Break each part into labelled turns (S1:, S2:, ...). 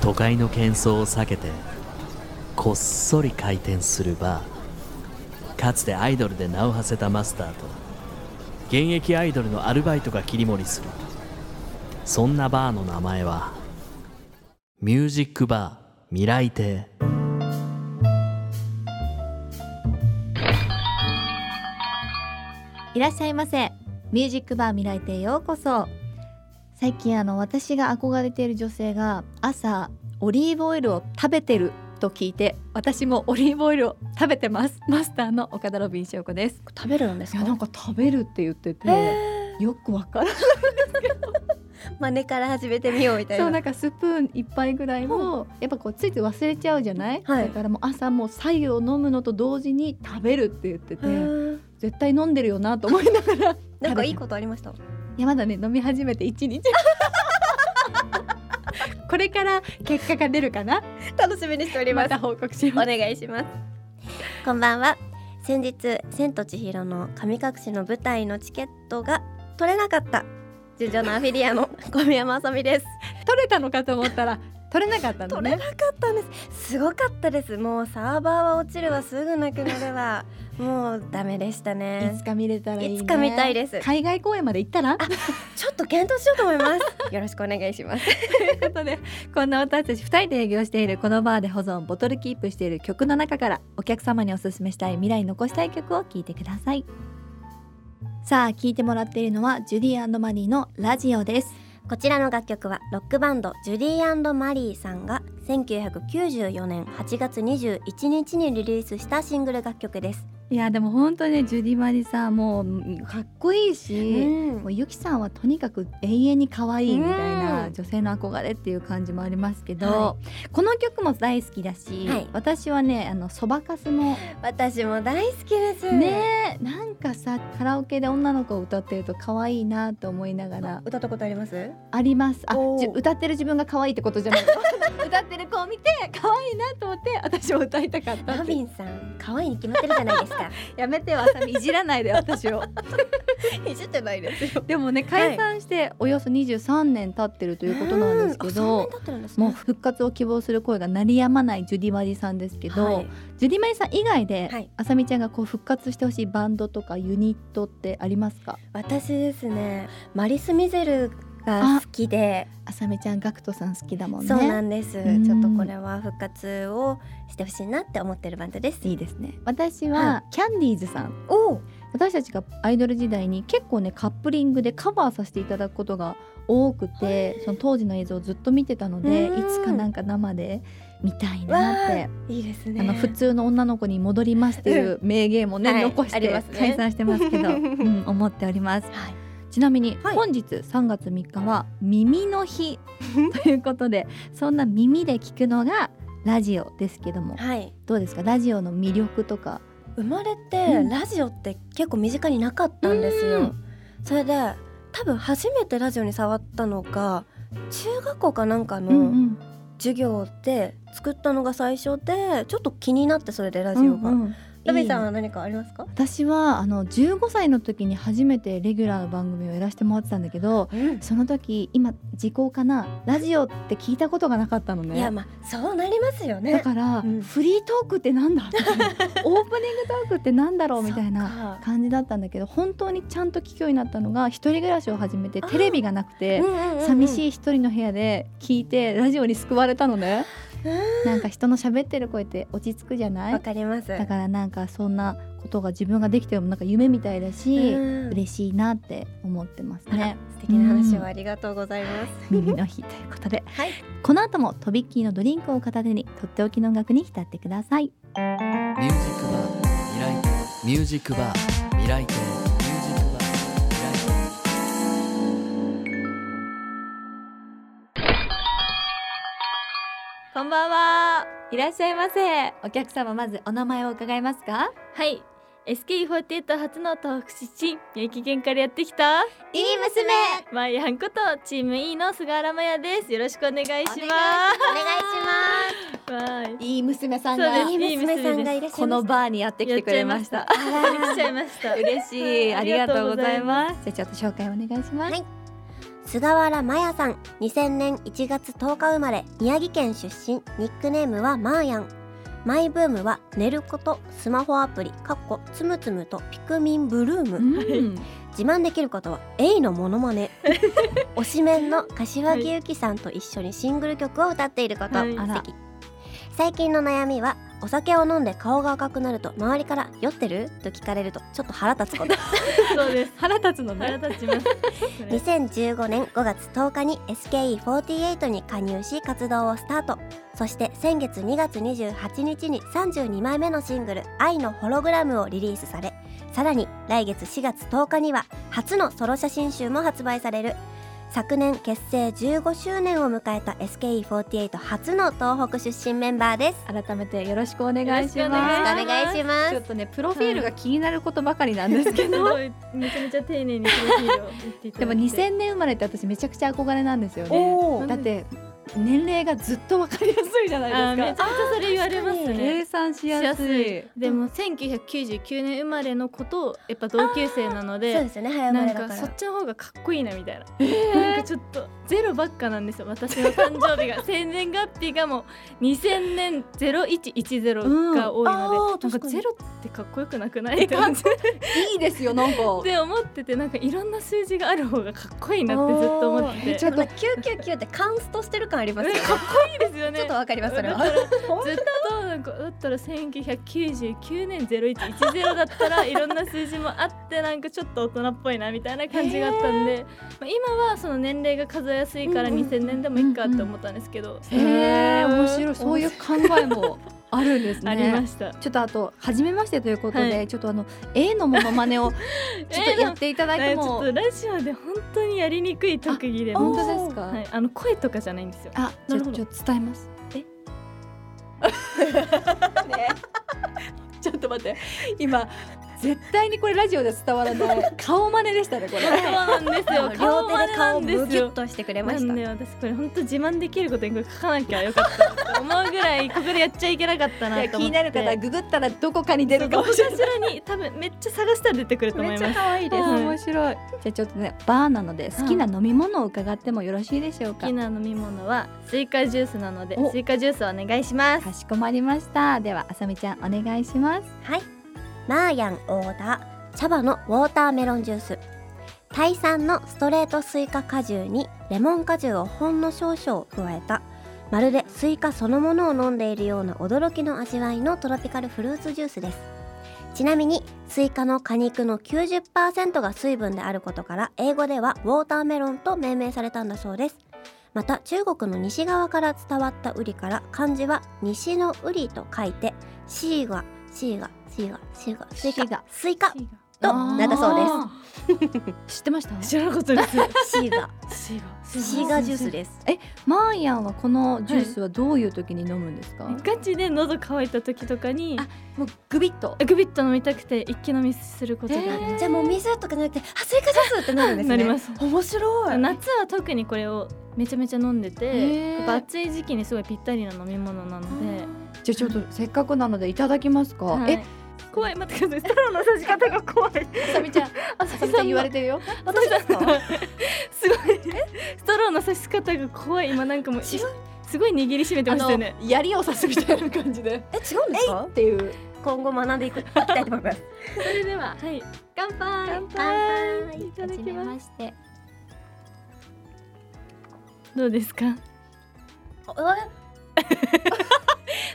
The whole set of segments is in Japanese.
S1: 都会の喧騒を避けてこっそり開店するバーかつてアイドルで名を馳せたマスターと現役アイドルのアルバイトが切り盛りするそんなバーの名前はミュージックバー未来亭
S2: いらっしゃいませミュージックバー未来亭へようこそ最近あの私が憧れている女性が朝オリーブオイルを食べてると聞いて私もオリーブオイルを食べてますマスターの岡田ロビン翔子です
S3: 食べるんです
S4: いやなんか食べるって言ってて、よくわからない
S3: 真似から始めてみようみたいな
S4: そうなんかスプーン一杯ぐらいを、やっぱこうついつい忘れちゃうじゃない、
S3: はい
S4: だからもう朝もう白湯を飲むのと同時に食べるって言ってて、
S3: へー
S4: 絶対飲んでるよなと思いながらい
S3: なんかいいことありました
S4: やまだね飲み始めて一 日これから結果が出るかな
S3: 楽しみにしており
S4: ま
S3: ます
S4: た報告し
S3: お
S4: ます
S3: 願いしますこんばんは先日千と千尋の神隠しの舞台のチケットが取れなかったジュジョのアフィリ アの小宮山あさみです
S4: 取れたのかと思ったら取れなかったの
S3: 取れ
S4: ね
S3: なかったんですすごかったですもうサーバーは落ちるわすぐなくなるわもうダメでした
S4: い
S3: ね
S4: つか見れたらいいね
S3: いつか見たいです
S4: 海外公演まで行ったら
S3: ちょっと検討しようと思いますよろしくお願いします
S2: ということでこんな私たち2人で営業しているこのバーで保存ボトルキープしている曲の中からお客様におすすめしたい未来に残したい曲を聴いてくださいさあ聴いてもらっているのはジュディマリーの「ラジオ」です
S3: こちらの楽曲はロックバンドジュディマリーさんが1994年8月21日にリリースしたシングル楽曲です、
S2: いやでも本当ねジュディマリさんもうかっこいいし、
S3: ん
S2: もうユキさんはとにかく永遠に可愛いみたいな
S3: うん
S2: 女性の憧れっていう感じもありますけど、
S3: は
S2: この曲も大好きだし、
S3: はい
S2: 私はねあのそばかすも
S3: 私も大好きです
S2: ねえなんかさカラオケで女の子を歌ってると可愛いなと思いながら
S3: 歌ったことあります
S2: ありますあ
S3: おー
S2: じ歌ってる自分が可愛いってことじゃない 歌ってる子を見て可愛いなと思って私も歌いたかった
S3: ロ
S2: って
S3: ビンさん可愛いに決まってるじゃないです か
S2: やめてよあさみいじらないで私 を
S3: いじってないですよ
S2: でもね解散しておよそ23年経ってると
S3: と
S2: いうことなんですけど、
S3: ってるんですね
S2: もう復活を希望する声が鳴りやまないジュディマリさんですけど、
S3: はい
S2: ジュディマリさん以外で、
S3: はい
S2: あさみちゃんがこう復活してほしいバンドとかユニットってありますか
S3: 私ですねマリス・ミゼルが好きで、
S2: あさみちゃんガクトさん好きだもんね
S3: そうなんです、
S2: うん
S3: ちょっとこれは復活をしてほしいなって思ってるバンドです
S2: いいですね私はキャンディーズさん
S3: おお
S2: 私たちがアイドル時代に結構ねカップリングでカバーさせていただくことが多くてその当時の映像をずっと見てたのでい
S3: うん
S2: つかなんか生で見たいなって
S3: いいですね
S2: あの普通の女の子に戻りますっていう名言もね、
S3: はい
S2: 残し
S3: あ
S2: て
S3: りますね
S2: 解散してますけど、う ん、思っております
S3: はい
S2: ちなみに
S3: はい
S2: 本日3月3日は耳の日ということ でそんな耳で聞くのがラジオですけども
S3: はい
S2: どうですかラジオの魅力とか
S3: 生まれ
S2: う
S3: て
S2: ん
S3: ラジオって結構身近になかったんです
S2: う
S3: よ
S2: ん
S3: それで多分初めてラジオに触ったのが中学校かなんか
S2: うんう
S3: の
S2: ん
S3: 授業で作ったのが最初でちょっと気になってそれでラジオが、
S2: うんうん
S3: ラビーさんは何かありますか
S2: 私はあの15歳の時に初めてレギュラーの番組をやらせてもらってたんだけど
S3: うん
S2: その時今時効かなラジオって聞いたことがなかったのね
S3: いやまあそうなりますよ
S2: だ
S3: ね
S2: から、
S3: うん
S2: フリートークってなんだオープニングトークってなんだろうみたいな
S3: そっか
S2: 感じだったんだけど本当にちゃんと聞くようになったのが一人暮らしを始めてテレビがなくて
S3: う。んうんうんうん
S2: 寂しい一人の部屋で聞いてラジオに救われたのね
S3: うん
S2: なんか人の喋ってる声って落ち着くじゃな
S3: わ
S2: い
S3: かります
S2: だからなんかそんなことが自分ができてもなんか夢みたいだし
S3: うん
S2: 嬉しいなって思ってます
S3: あら
S2: ね
S3: 素敵な話をありがとうございます
S2: 耳の日ということで
S3: はい
S2: この後もとびっきりのドリンクを片手にとっておきの音楽に浸ってください
S1: ミュージックバー未来亭ミュージックバー未来亭ミュージックバー未来亭
S2: こんばんは。いらっしゃいませ。お客様、まずお名前を伺いますか。
S5: はい。SK48 初の東北出身、宮城県からやってきた、
S3: いい娘
S5: まいやんこと、チーム E の菅原麻也です。よろしくお願いしま
S3: お
S5: す。
S3: 願いします
S5: はい
S2: い娘さん
S5: そうで
S2: が
S5: す
S3: いい娘さんがいらっしゃいます
S2: このバーにやってきてくれました。
S5: い。来ちゃいました。
S2: 嬉しい。あ
S5: あ
S2: り
S5: り
S2: が
S5: が
S2: と
S5: と
S2: う
S5: う
S2: ご
S5: ご
S2: ざ
S5: ざ
S2: い
S5: い
S2: ま。
S5: ます
S2: じゃあちょっと紹介お願いします。
S3: はい菅原麻也さん2000年1月10日生まれ宮城県出身ニックネームはマーヤンマイブームは寝ることスマホアプリかっこつむつむとピクミンブルーム、
S2: うん
S3: 自慢できることはエイのモノマネ推しメンの柏木由紀さんと一緒にシングル曲を歌っていること、
S5: はい
S3: あら最近の悩みはお酒を飲んで顔が赤くなると周りから「酔ってる?」と聞かれるとちょっと腹立つこと
S5: そうです
S6: 腹立つの
S5: 腹立ちますそれ
S3: 2015年5月10日に SKE48 に加入し活動をスタートそして先月2月28日に32枚目のシングル「愛のホログラム」をリリースされさらに来月4月10日には初のソロ写真集も発売される昨年結成15周年を迎えた SKE48 初の東北出身メンバーです
S6: 改めてよろしくお願いし
S5: よろしくお
S3: よろし
S6: ま
S5: 願
S6: す
S3: くお願いしま
S2: ちょっ
S3: す
S2: とねプロフィールが気になることばかりなんですけ
S5: す
S2: ど、
S5: ごいめちゃめちゃ丁寧にプロフィールを言ってい た
S2: で
S5: だ
S2: も
S5: いて
S2: 2000年生まれって私めちゃくちゃ憧れなんですよね
S3: お
S2: だって年齢がずっとわかりやすいじゃ
S5: あ
S2: な
S5: ー
S2: い
S5: めち
S2: ですか
S5: ゃめちゃそれ言われますね
S2: 計算しやすい
S5: しでも1999年生まれの子とやっぱ同級生なの
S3: そう
S5: で
S3: ですよね早生ま
S5: な
S3: れ
S5: ん
S3: だ
S5: か
S3: か
S5: そっ
S3: ら
S5: ちの方がかっこいいなみたいな、なんかちょっとゼロばっかなんですよ私の誕生日 が生年月日がもう2000年0110が多いので、
S3: うんあー
S5: なん
S3: 確
S5: か
S3: かに
S5: ゼロってかっこよくなくないって思って
S2: いいですよなんか
S5: って思っててなんかいろんな数字がある方がかっこいいなってずっと思ってて
S2: ちょっと
S3: 999ってカンストしてる感ありますよね
S5: えかっこいいですよね
S3: ちょっとわかりますそれは
S5: だからずっとなんかだったら1999年0110だったらいろんな数字もあってなんかちょっと大人っぽいなみたいな感じがあったんで、まあ、今はその年齢が数えやすいから
S3: うんうん
S5: 2000年でもいいかって思ったんですけど、
S2: へえ面白いそういう考えもあるんですね
S5: ありました。
S2: ちょっとあと初めましてということで、
S5: は
S2: ちょっとあの A のモノマネをちょっとやっていただい
S5: え
S2: て
S5: ーちょ
S2: も、
S5: っとラジオで本当にやりにくい特技で
S2: 本当ですか、
S5: はい、あの声とかじゃないんですよ。
S2: あ
S5: な
S2: じ
S5: る
S2: ゃ
S5: ほ
S2: あ
S5: ど
S2: ちょっと伝えますえちょっと待って今絶対にこれラジオで伝わらない顔真似でしたねこれ
S5: そうなんです
S3: 両
S5: よ。
S3: 手で
S5: 真似
S3: 顔
S5: な
S3: を
S5: んで
S3: む
S5: す
S3: ぎゅ
S5: よ
S3: っ。としてくれま
S5: な
S3: した
S5: んで私これ本当自慢できることにこれ書かなきゃよかったと思うぐらいここでやっちゃいけなかった
S2: い
S5: な
S2: や
S5: と
S2: 気
S5: 思
S2: に
S5: って
S2: なる方はググったらどこかに出るかもしれない
S5: こちらに多分めっちゃ探したら出てくると思います
S3: 可愛い
S5: です
S2: 面白いじゃあちょっとねバーなので好きな飲み物を伺ってもよろしいでしょう
S5: 好
S2: か、
S5: きな飲み物はスイカジュースなので
S2: お
S5: スイカジュースお願いします
S2: かしこまりましたではあさみちゃんお願いします
S3: はいマーヤンオーダー茶葉のウォーターメロンジュースタイ産のストレートスイカ果汁にレモン果汁をほんの少々加えたまるでスイカそのものを飲んでいるような驚きの味わいのトロピカルフルーツジュースですちなみにスイカの果肉の90%が水分であることから英語ではウォーターメロンと命名されたんだそうですまた中国の西側から伝わったウリから漢字は西のウリと書いてシーガシーガシーガシーガスイ
S2: シーガ
S3: カスイカとなったそうです
S2: す知ってました
S5: 知らなかったです
S3: シーガ
S5: シーガ
S3: シーガジュースです
S2: マーヤンはこのジュースはどういう時に飲むんですか、
S5: ガチで喉乾いた時とかに
S2: あもうグビッと
S5: グビッと飲みたくて一気飲みすることがあります
S3: じゃあもう水とかじゃなくてあスイカジュースってなるんですね
S5: なります
S3: 面白い
S5: 夏は特にこれをめちゃめちゃ飲んでて
S2: へー
S5: やっぱ暑い時期にすごいぴったりな飲み物なので
S2: じゃあちょっとせっかくなのでいただきますか、
S5: はい
S2: え
S5: 怖い待ってくださいストローの刺し方が怖い
S2: あさみちゃんあさみちゃん言われてる よ
S5: 私だったすごいストローの刺し方が怖い今なんかもうすごい握りしめてましたよね
S2: 槍を刺すみたいな感じ で
S3: え違うんですか
S2: っていう
S3: 今後学んでいくいきたいと思います
S5: それでははい
S2: 乾杯
S3: 乾杯
S5: いただきます
S2: して
S5: どうですか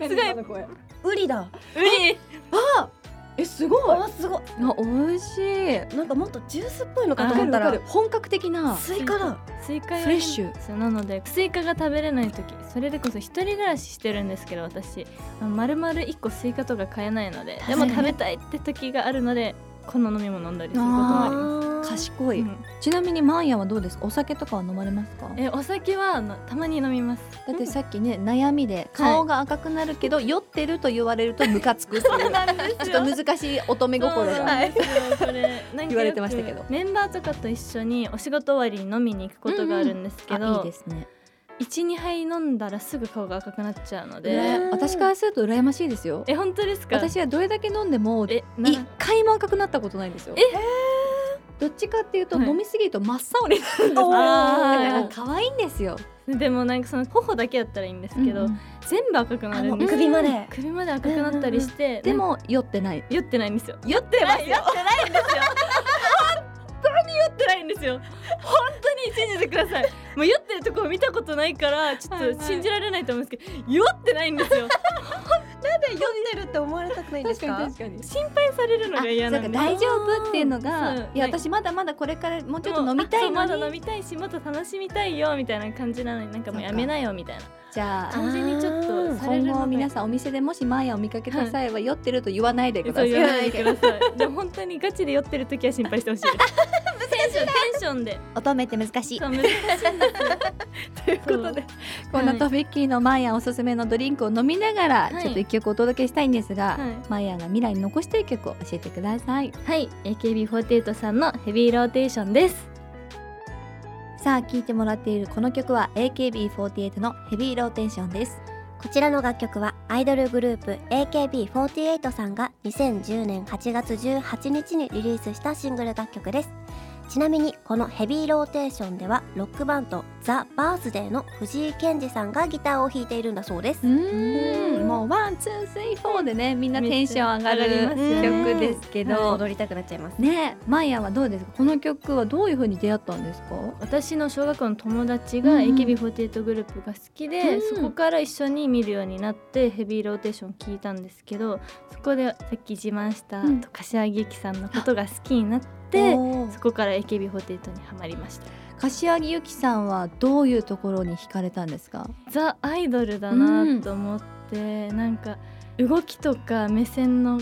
S2: すごい声
S3: ウリだ
S5: うり
S2: えすごい
S3: あすご
S2: あ美味しい
S3: いなんかもっとジュースっぽいのか
S5: あ
S3: と思った
S2: わからる本格的な
S3: スイカだ
S5: スイカ
S2: フレッシュ
S5: ュなのでスイカが食べれない時それでこそ一人暮らししてるんですけど私まるまる一個スイカとか買えないのででも食べたいって時があるのでこの飲み物飲んだりすることもありま
S2: 賢
S5: す
S2: い、
S5: うん
S2: ちなみにマーヤンはどうですかお酒とかは飲まれますか
S5: えお酒はあのたまに飲みます
S2: だってさっきね悩みで顔が赤くなるけど、酔ってると言われるとムカつくっていう ちょっと難しい乙女心
S5: そう
S2: が、
S5: なんですよこれなんかよく
S2: 言われてましたけど
S5: メンバーとかと一緒にお仕事終わりに飲みに行くことがあるんですけ
S2: あいい
S5: ど
S2: ですね
S5: 12杯飲んだらすぐ顔が赤くなっちゃうので
S3: ねうん
S2: 私からすると羨ましいですよ
S5: え本当ですか
S2: 私はどれだけ飲んでも
S5: えな
S2: 一回も赤くなったことないんですよ
S5: え
S2: どっちかっていうと
S5: はい
S2: 飲みすぎると真っ青になるんですよだから
S5: あ
S2: 可愛いんですよ
S5: ーでもなんかその頬だけだったらいいんですけど、
S2: うん
S5: 全部赤くな
S3: あ
S5: る
S3: の
S5: んです
S3: 首まで
S5: 首まで赤くなったりして、
S2: でも酔ってない
S5: 酔ってないんですよ
S2: 酔ってますよ
S5: 酔ってないんですよ本当に信じてくださいもう酔ってるところ見たことないからちょ
S2: はい
S5: っ
S2: は
S5: と
S2: い
S5: 信じられないと思うんですけど、酔ってないんですよ
S3: 酔ってるって思われたくないんですか
S2: かに
S5: 心配 されるの
S2: あ
S5: が嫌なん
S2: そう
S5: で
S2: か大丈夫っていうのが
S5: そう
S2: いや
S5: ね
S2: 私まだまだこれからもうちょっと
S5: も
S2: 飲みたいの
S5: あ
S2: に
S5: そうまだ飲みたいしもっと楽しみたいよみたいな感じなのになんかもうやめなよみたいな
S2: じゃあ
S5: 感じにちょっ
S3: あ
S5: と
S3: ー
S5: され
S2: 今
S5: るの
S2: 後
S5: が
S2: 皆さんお店でもしマーヤを見かけた際は酔ってると言わないでくださ
S5: そう
S2: い
S5: 言わないでくださいでも本当にガチで酔ってる時は心配して ほしいですテンションテンションで
S6: 乙女って難しい
S5: そう難しいんですよ という
S2: ことでこんなトビッキーのマーヤおすすめのドリンクを飲みながら
S5: はい
S2: ちょっと一曲お届けしたいんですが、
S5: はい
S2: マーヤが未来に残したい曲を教えてください
S5: はい AKB48 さんのヘビーローテーションです
S6: さあ聴いてもらっているこの曲は AKB48 のヘビーローテーションです
S3: こちらの楽曲はアイドルグループ AKB48 さんが2010年8月18日にリリースしたシングル楽曲ですちなみにこのヘビーローテーションではロックバンドザ・バースデーの藤井健二さんがギターを弾いているんだそうです
S2: うんもうワンツースリーフォーでねみんなテンション上がる
S5: めっちゃ上がります
S3: よ
S2: 曲ですけど、
S3: 踊りたくなっちゃいます
S2: ねマーヤはどうですかこの曲はどういう風に出会ったんですか
S5: 私の小学校の友達が
S2: うんうん
S5: AKB48 グループが好きで、
S2: うん
S5: そこから一緒に見るようになってヘビーローテーション聞いたんですけどそこでさっき自慢した
S2: うん
S5: 柏木由紀さんのことが好きになって、そこから AKB48 にはまりました
S2: 柏木由紀さんはどういうところに惹かれたんですか
S5: ザ・アイドルだなと思って、なんか動きとか目線の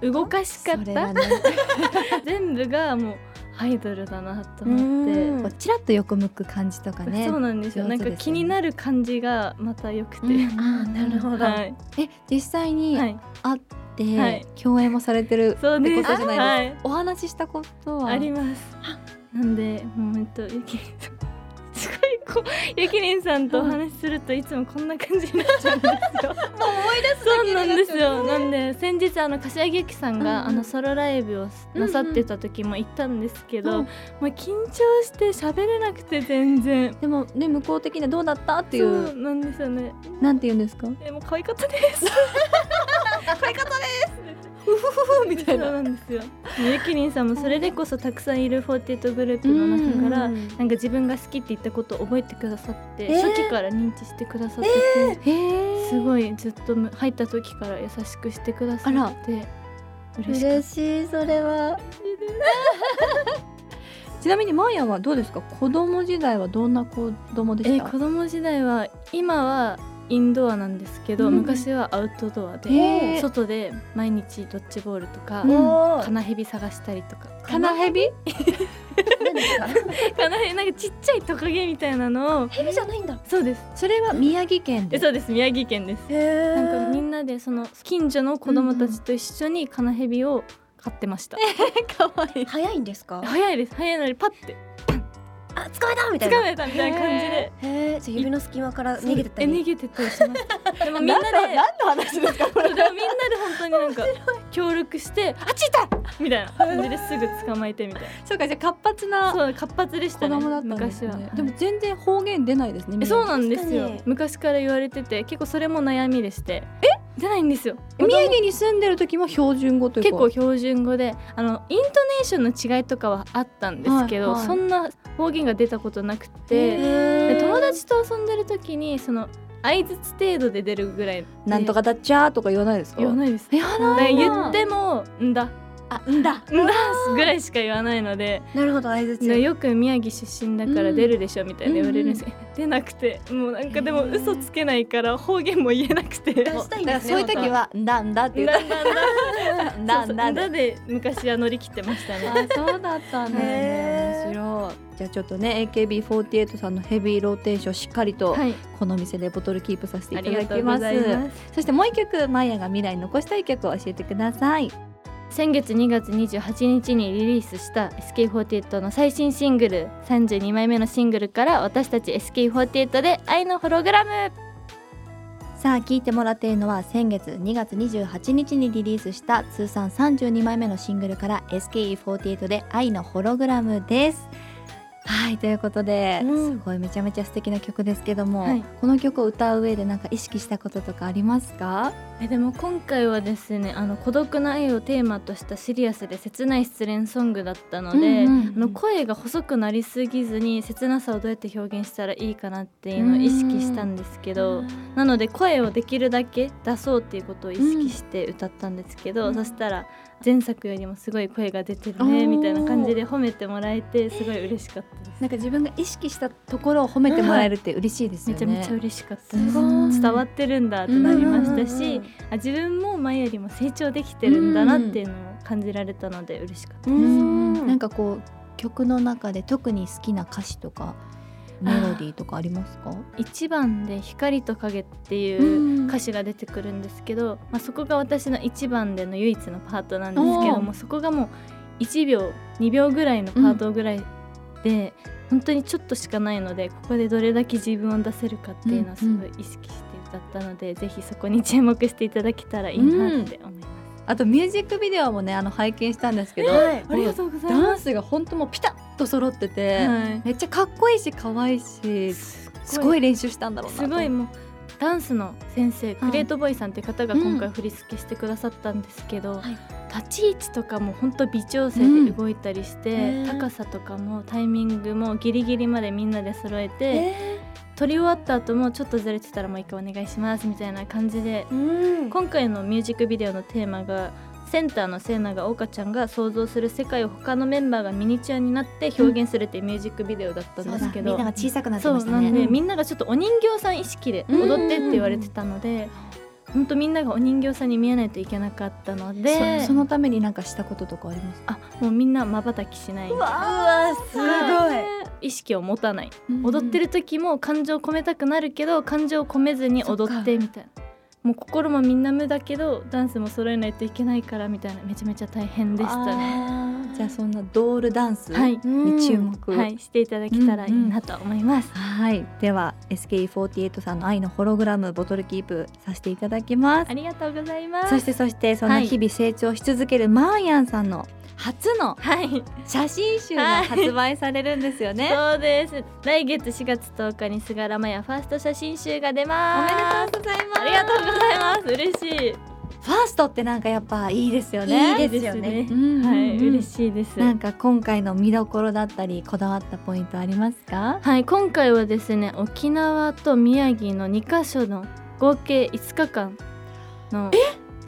S5: 動かし
S2: それが
S5: 方
S2: ね
S5: 全部がもうアイドルだなと思って。
S3: うん
S2: こうちらっと横向く感じとかね
S5: そうなんですよ
S2: 上手
S5: なん
S2: です
S5: か
S2: ね
S5: 気になる感じがまた良くて、
S2: うん
S3: あーなるほど
S5: はい、
S2: え実際に
S5: は
S2: 会
S5: い、
S2: って、
S5: はい
S2: 共演もされてるってこ
S5: そ
S2: と
S5: う
S2: じ
S5: です
S2: ゃないですか
S5: は
S2: お話ししたことは
S5: ありますなんでもうえっとゆきりんさんすごいこう ゆきりんさんとお話しするといつもこんな感じになっちゃうんですよ もう思い出すそうなんですよなんで先日あの柏木由紀さんが、
S2: うんうん
S5: あのソロライブをなさってた時も行ったんですけど、
S2: うん
S5: もう緊張して喋れなくて全然
S2: でもね向こう的にはどうだったっていう
S5: そうなんですよね
S2: なんて言うんですか
S5: えもう可愛かったです可愛かったです
S2: みたいな
S5: そうなんですよゆきりんさんもそれでこそたくさんいる48グループの中から
S3: うん
S5: なんか自分が好きって言ったことを覚えてくださって、
S2: えー
S5: 初期から認知してくださってて、
S2: へえ
S5: すごいずっとむ入った時から優しくしてくださ
S2: あら
S5: って嬉しかっ
S2: しいそれは ちなみにマーヤはどうですか子供時代はどんな子供で
S5: た
S2: し
S5: え
S2: た
S5: ー、子供時代は今はインドアなんですけど、
S2: うん
S5: 昔はアウトドア
S2: へ
S5: で
S2: ー
S5: 外で毎日ドッジボールとか、
S2: うん
S5: カナヘビ探したりとか
S2: カナヘビ
S5: カナヘビなんかちっちゃいトカゲみたいなのを
S3: ヘビじゃないんだ
S5: そうです
S2: それは宮城県で
S5: えそうです宮城県です
S3: へえ
S5: なんかみんなでその近所の子供たちと一緒にカナヘビを飼ってました、
S2: かわいい
S3: 早いんですか
S5: 早いです早いのにパッ て
S3: あ使えたみたい
S5: 掴
S3: な
S5: めたみたいな感じで
S3: へえじゃあ指の隙間から逃げてった
S5: え
S3: り
S5: 逃げてったりしましたでもみんなで
S2: 何の話ですかこ
S5: そうでもみんなで本当になんか協力してあっち行ったみたいな感じですぐ捕まえてみたい
S2: そうかじゃあ活発な
S5: な そう活発でし
S2: 子
S5: たね
S2: 供だったんですね
S5: 昔は
S2: でも全然方言出ないですね
S5: えそうなんです
S3: 確
S5: よ
S3: かに
S5: 昔から言われてて結構それも悩みでしてえじゃないんですよ
S2: 宮城に住んでる時も標準語という
S5: 結
S2: か
S5: 構標準語であのイントネーションの違いとかはあったんですけど、
S2: はいはい
S5: そんな方言が出たことなくて
S3: へ
S5: で
S3: ー
S5: 友達と遊んでる時にその相槌程度で出るぐらい
S2: なんとかだっちゃーとか言わないですか
S5: 言わないです
S2: 言わ
S5: だから
S2: ない
S5: 言っても「んだ」
S2: あんだ
S5: んだぐらいしか言わないので
S3: なるほど相づ
S5: でよく宮城出身だから出るでしょみたいな言われるんですけど、出なくてもうなんかでも嘘つけないから方言も言えなくて。
S3: 出したいん
S2: だか
S3: で
S2: ら
S3: す
S2: そういう時はんだんだ って言っ
S5: だ んだんだ
S2: たん
S5: だ
S2: だ
S5: ん
S2: ん
S5: だ
S2: だ
S5: ん
S2: で
S5: だで昔は乗り切ってましたね。
S2: あそうだったんだよね
S3: へー
S2: 面白いじゃあちょっとね AKB48 さんのヘビーローテーションしっかりと
S5: はい、
S2: この店でボトルキープさせて
S5: あ
S2: いた
S5: りが
S2: だ
S5: と
S2: き
S5: うご
S2: ま
S5: ざ
S2: す
S5: います。
S2: そしてもう一曲マイヤが未来に残したい曲を教えてください
S5: 先月2月28日にリリースした SK48 の最新シングル32枚目のシングルから私たち SK48 で愛のホログラム
S6: さあ聞いてもらっているのは先月2月28日にリリースした通算32枚目のシングルから SKE48 で「愛のホログラム」です。はいということで、
S3: うん
S6: すごいめちゃめちゃ素敵な曲ですけども、
S5: はい
S6: この曲を歌う上でなんか意識したこととかありますか？
S5: えでも今回はですねあの孤独な愛をテーマとしたシリアスで切ない失恋ソングだったので、
S6: うんうん
S5: あの声が細くなりすぎずに切なさをどうやって表現したらいいかなっていうのを意識したんですけど、なので声をできるだけ出そうっていうことを意識して歌ったんですけど、そしたら前作よりもすごい声が出てる
S6: お
S5: ね
S6: ー
S5: みたいな感じで褒めてもらえてすごい嬉しかったです。
S2: なんか自分が意識したところを褒めてもらえるって嬉しいです
S5: め
S2: よ
S5: ち
S2: ね。
S5: ゃめちゃ嬉しかったです
S2: すごい
S5: 伝わってるんだってなりましたし、あ自分も前よりも成長できてるんだなっていうのを感じられたので嬉しかった、
S3: う
S2: うんなんんかこう曲の中で特に好きな歌詞とかメロディーとかありますか？
S5: 一番で「光と影」っていう
S2: 歌
S5: 歌詞が出てくるんですけど、まあ、そこが私の一番での唯一のパートなんですけどもそこがもう1秒2秒ぐらいのパートぐらいで、本当にちょっとしかないのでここでどれだけ自分を出せるかっていうのをすごい意識して歌ったので、ぜひそこに注目していただけたらいいなって思います。
S2: あとミュージックビデオもねあの拝見したんですけど、
S3: はい
S5: ありがとうござい
S2: ダ
S5: ま
S2: ン
S5: す、
S2: スが本当もうピタッと揃ってて、
S5: はい
S2: めっちゃかっこいいし可愛いしすごい練習したんだろうなと
S5: すごいもうダンスの先生
S2: はい
S5: グレートボーイさんっていう方が今回振り付けしてくださったんですけど、
S3: はい
S5: 立ち位置とかも本当微調整で動いたりして、
S3: うんへー
S5: 高さとかもタイミングもギリギリまでみんなで揃えて、撮り終わった後もちょっとずれてたらもう一回お願いしますみたいな感じで
S3: うん
S5: 今回のミュージックビデオのテーマがセンターのセーナが岡ちゃんが想像する世界を他のメンバーがミニチュアになって表現するっていうミュージックビデオだったんですけど、
S6: 小さくな
S5: そうなんでみんながちょっとお人形さん意識で踊ってって言われてたので本当みんながお人形さんに見えないといけなかったので
S2: そそのためになんかしたこととかありますか？
S5: あもうみんなまばたきしないう
S3: わすごい
S5: 意識を持たない踊ってる時も感情を込めたくなるけど感情を込めずに踊ってみたいなもう心もみんな無だけどダンスも揃えないといけないからみたいなめちゃめちゃ大変でしたね。
S2: じゃあそんなドールダンス
S5: はい
S2: に注目。
S5: はい、していただけたらいいなと思います。
S2: はいでは SKE48 さんの愛のホログラムボトルキープさせていただきます
S5: あ。りがとうございます。
S2: そしてそしてそんな日々成長し続けるマーヤンさんの初の
S5: はい、
S2: 写真集が発売されるんですよね。
S5: そうです。来月4月10日に菅原麻也ファースト写真集が出
S2: お
S5: ます。
S2: めでとうございます。
S5: ありがとうございます。嬉しい。
S2: ファーストってなんかやっぱいいですよね。
S3: いいですよね
S2: うんうんうん
S5: はい、嬉しいです。
S2: なんか今回の見どころだったりこだわったポイントありますか？
S5: はい、今回はですね、沖縄と宮城の2カ所の合計5日間の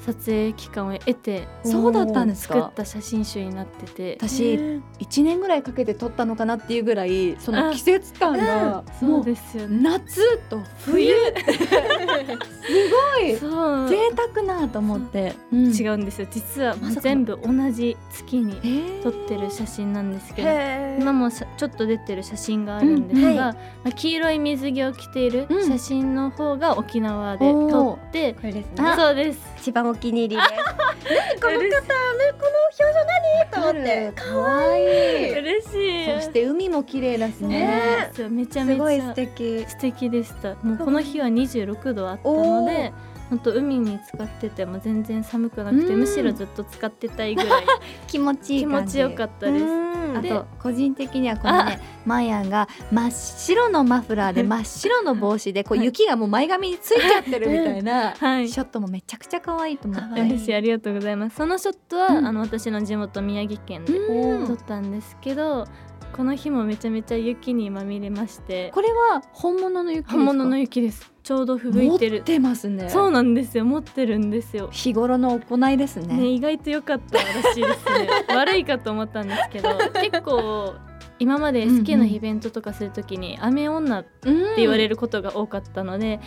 S5: 撮影期間を得て
S2: そうだったんです
S5: 作っ
S2: か？
S5: た写真集になってて、
S2: 私一年ぐらいかけて撮ったのかなっていうぐらいその季節感が
S5: そ
S2: も
S5: う
S2: う
S5: ですよね。
S2: 夏と 冬す
S5: そう
S2: ごい贅沢なと思って、
S5: 違
S2: う
S5: うんですよ。実は
S2: まさかの
S5: 全部同じ月に
S2: ん
S5: 撮ってる写真なんですけど、
S3: へ
S5: 今もさちょっと出てる写真があるんですが、
S3: うんはい
S5: まあ、黄色い水着を着ている
S2: うん
S5: 写真の方が沖縄で撮って、
S3: これです
S5: あそうです
S3: 一番お気に入りです。何この方、ね、この表情何と思って。
S2: 可愛い
S5: 嬉し
S2: そ
S5: い
S2: して海も綺麗だしね。
S5: ねそうめちゃめ
S2: す
S5: ち
S2: ごい素
S5: ゃ
S2: 敵。
S5: 素敵でしたもうこの日は26度あったので本当海に浸かってても全然寒くなくて
S2: うん
S5: むしろずっと使ってたいぐらい
S2: 気持ちいい
S5: 気持
S2: 感じ。
S5: ちよかったです。
S2: あ
S5: で
S2: と個人的にはこのねマヤンが真っ白のマフラーで真っ白の帽子でこう
S5: はい
S2: 雪がもう前髪についちゃってるみたい な
S5: はい
S2: ショットもめちゃくちゃ可愛いと思っ
S5: あ
S2: て。
S5: 嬉しいありがとうございますそのショットは、
S2: うん
S5: あの私の地元宮城県で
S2: うん
S5: 撮ったんですけどこの日もめちゃめちゃ雪にまみれまして
S2: これは本物の雪ですか？
S5: 本物の雪ですちょうど吹雪いて
S2: 持
S5: る
S2: ってますね。
S5: そうなんですよ持ってるんですよ
S2: 日頃の行いです
S5: ね
S2: ね。
S5: 意外と良かったらしいですね 悪いかと思ったんですけど結構今まで
S2: うんうん
S5: SK のイベントとかするときに雨女って
S2: って
S5: 言われ
S2: る。
S5: ることが多かったので、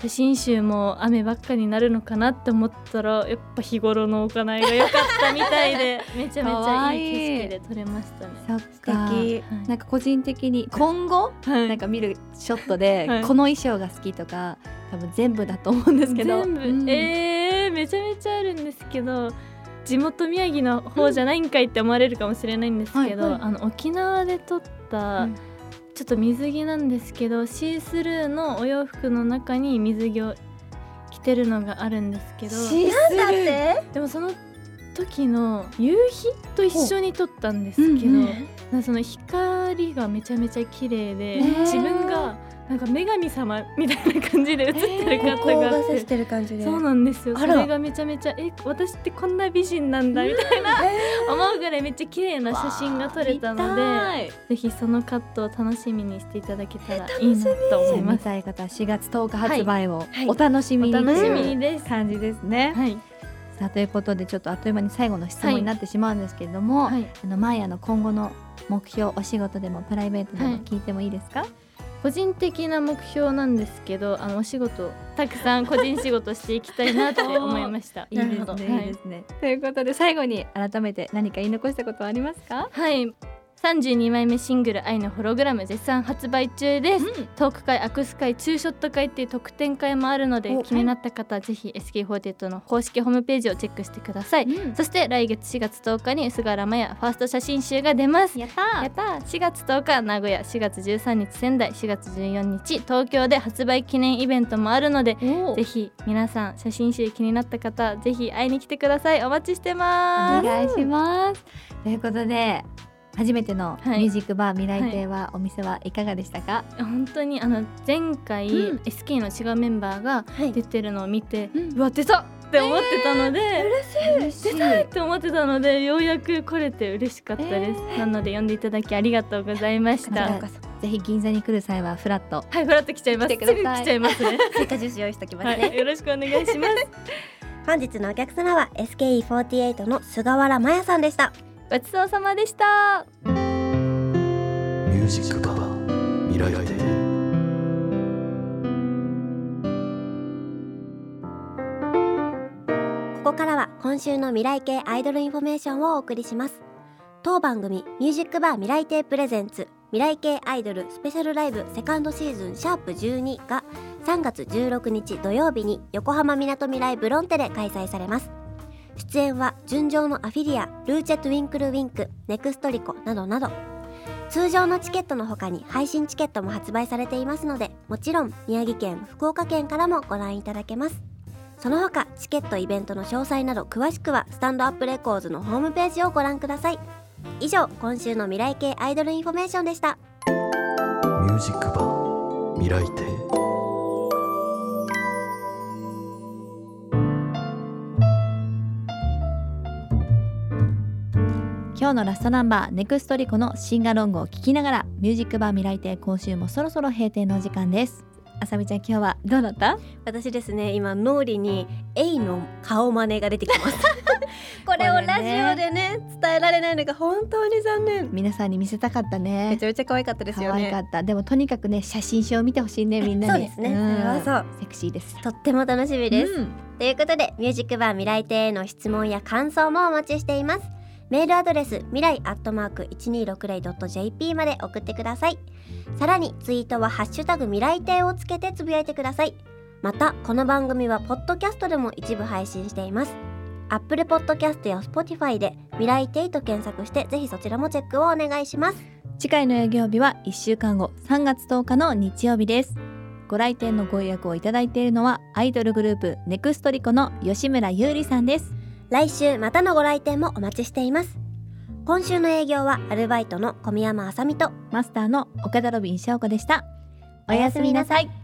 S5: 写真集も雨ばっかになるのかなって思ったらやっぱ日頃の行いが良かったみたい でめちゃめちゃいい景色で撮れましたね。
S2: そっか。
S5: はい
S2: なんか個人的に今後
S5: はい
S2: なんか見るショットで、
S5: はい
S2: この衣装が好きとか多分全部だと思うんですけど
S5: 全部、
S2: うん
S5: えーめちゃめちゃあるんですけど地元宮城の方じゃないんかいって思われるかもしれないんですけど、
S2: うんはいは
S5: あの沖縄で撮った、
S2: うん
S5: ちょっと水着なんですけどシースルーのお洋服の中に水着を着てるのがあるんですけど
S3: なんだって
S5: でもその時の夕日と一緒に撮ったんですけど、
S2: うんうん
S5: なんかその光がめちゃめちゃ綺麗で、
S3: ねえ
S5: 自分がなんか女神様みたいな感じで映ってる
S3: こ
S5: 方
S3: こを
S5: があ
S3: 出
S5: っ
S3: せ
S5: て
S3: し。てる感じで
S5: そうなんですよ
S3: あ
S5: そ
S3: ら
S5: れがめちゃめちゃえ私ってこんな美人なんだみたいな思うぐらいめっちゃ綺麗な写真が撮れたので
S2: で
S5: ぜひそのカットを楽しみにしていただけたらいいなと思いま
S2: 見
S5: す
S2: たい方は4月10日発売を
S3: い
S2: お楽しみに
S5: お楽しみ
S2: とい
S5: に
S2: う
S5: です
S2: 感じですね。
S5: はい
S2: さあということでちょっとあっという間に最後の質問になってしまうんですけれども、
S5: はい
S2: あのマーヤの今後の目標お仕事でもプライベートでも聞いてもいいですか、
S5: 個人的な目標なんですけどあのお仕事たくさん個人仕事していきたいな って思いました
S2: いい
S5: なる
S2: で
S5: ほど
S2: すね、、
S5: はい
S2: い
S5: い
S2: ですね。ということで最後に改めて何か言い残したことはありますか
S5: はい32枚目シングル「愛のホログラム」絶賛発売中です、トーク会アクス会ツーショット会っていう特典会もあるので気になった方はぜひ SK48 の公式ホームページをチェックしてください、そして来月4月10日に菅原麻也ファースト写真集が出ます
S2: やった
S5: やったー4月10日名古屋4月13日仙台4月14日東京で発売記念イベントもあるので
S2: お
S5: ぜひ皆さん写真集気になった方ぜひ会いに来てくださいお待ちしてま
S2: お
S5: す
S2: 願いします。ということで初めての
S5: はい
S2: ミュージックバー未来亭はお店はいかがでしたか、
S5: 本当にあの前回、
S3: うん
S5: SK の違うメンバーが
S3: はい
S5: 出てるのを見て、
S2: うん
S5: うわ出たって思ってたので、
S2: 嬉しい
S5: って思ってたのでようやく来れて嬉しかったです、なので呼んでいただきありがとうございまし
S2: こちら
S5: た
S2: こそぜひ銀座に来る際はフラット
S5: はいフラッと来ちゃい ます
S2: 来てください
S5: すぐ来ちゃいますね
S3: 追加ジュース用意しておきますね、
S5: はいよろしくお願い します
S3: 本日のお客様は SKE48 の菅原麻也さんでした
S5: ごちそうさまでした
S7: ミュージックカバー未来亭
S3: ここからは今週の未来系アイドルインフォメーションをお送りします当番組ミュージックバー未来亭プレゼンツ未来系アイドルスペシャルライブセカンドシーズンシャープ12が3月16日土曜日に横浜みなとみらいブロンテで開催されます出演は純情のアフィリアルーチェ・トゥインクル・ウィンクネクストリコなどなど通常のチケットの他に配信チケットも発売されていますのでもちろん宮城県福岡県からもご覧いただけますその他チケットイベントの詳細など詳しくはスタンドアップレコーズのホームページをご覧ください以上今週の未来系アイドルインフォメーションでした
S7: ミュージックバー未来亭
S2: 今日のラストナンバーネクストリコのシンガロングを聞きながらミュージックバー未来亭今週もそろそろ閉店のお時間ですあさみちゃん今日はどうだった
S3: 私ですね今脳裏にエイの顔真似が出てきます これをラジオでね伝えられないのが本当に残念
S2: 皆さんに見せたかった
S3: め
S2: ね
S3: ちゃめちゃ可愛かったです
S2: 可
S3: よ
S2: 愛か
S3: ね
S2: ったでもとにかくね写真集を見てほしいねみんなに
S3: そうですねそれはそう
S2: セクシーです
S3: とっても楽しみです、
S2: うん
S3: ということでミュージックバー未来亭への質問や感想もお待ちしていますメールアドレス未来アットマーク 1260.jp まで送ってくださいさらにツイートはハッシュタグ未来亭をつけてつぶやいてくださいまたこの番組はポッドキャストでも一部配信しています Apple Podcast や Spotify で未来亭と検索してぜひそちらもチェックをお願いします
S2: 次回の営業日は1週間後3月10日の日曜日ですご来店のご予約をいただいているのはアイドルグループネクストリコの吉村優里さんです
S3: 来週またのご来店もお待ちしています今週の営業はアルバイトの小宮山あさみと
S2: マスターの岡田ロビン翔子でしたおやすみなさい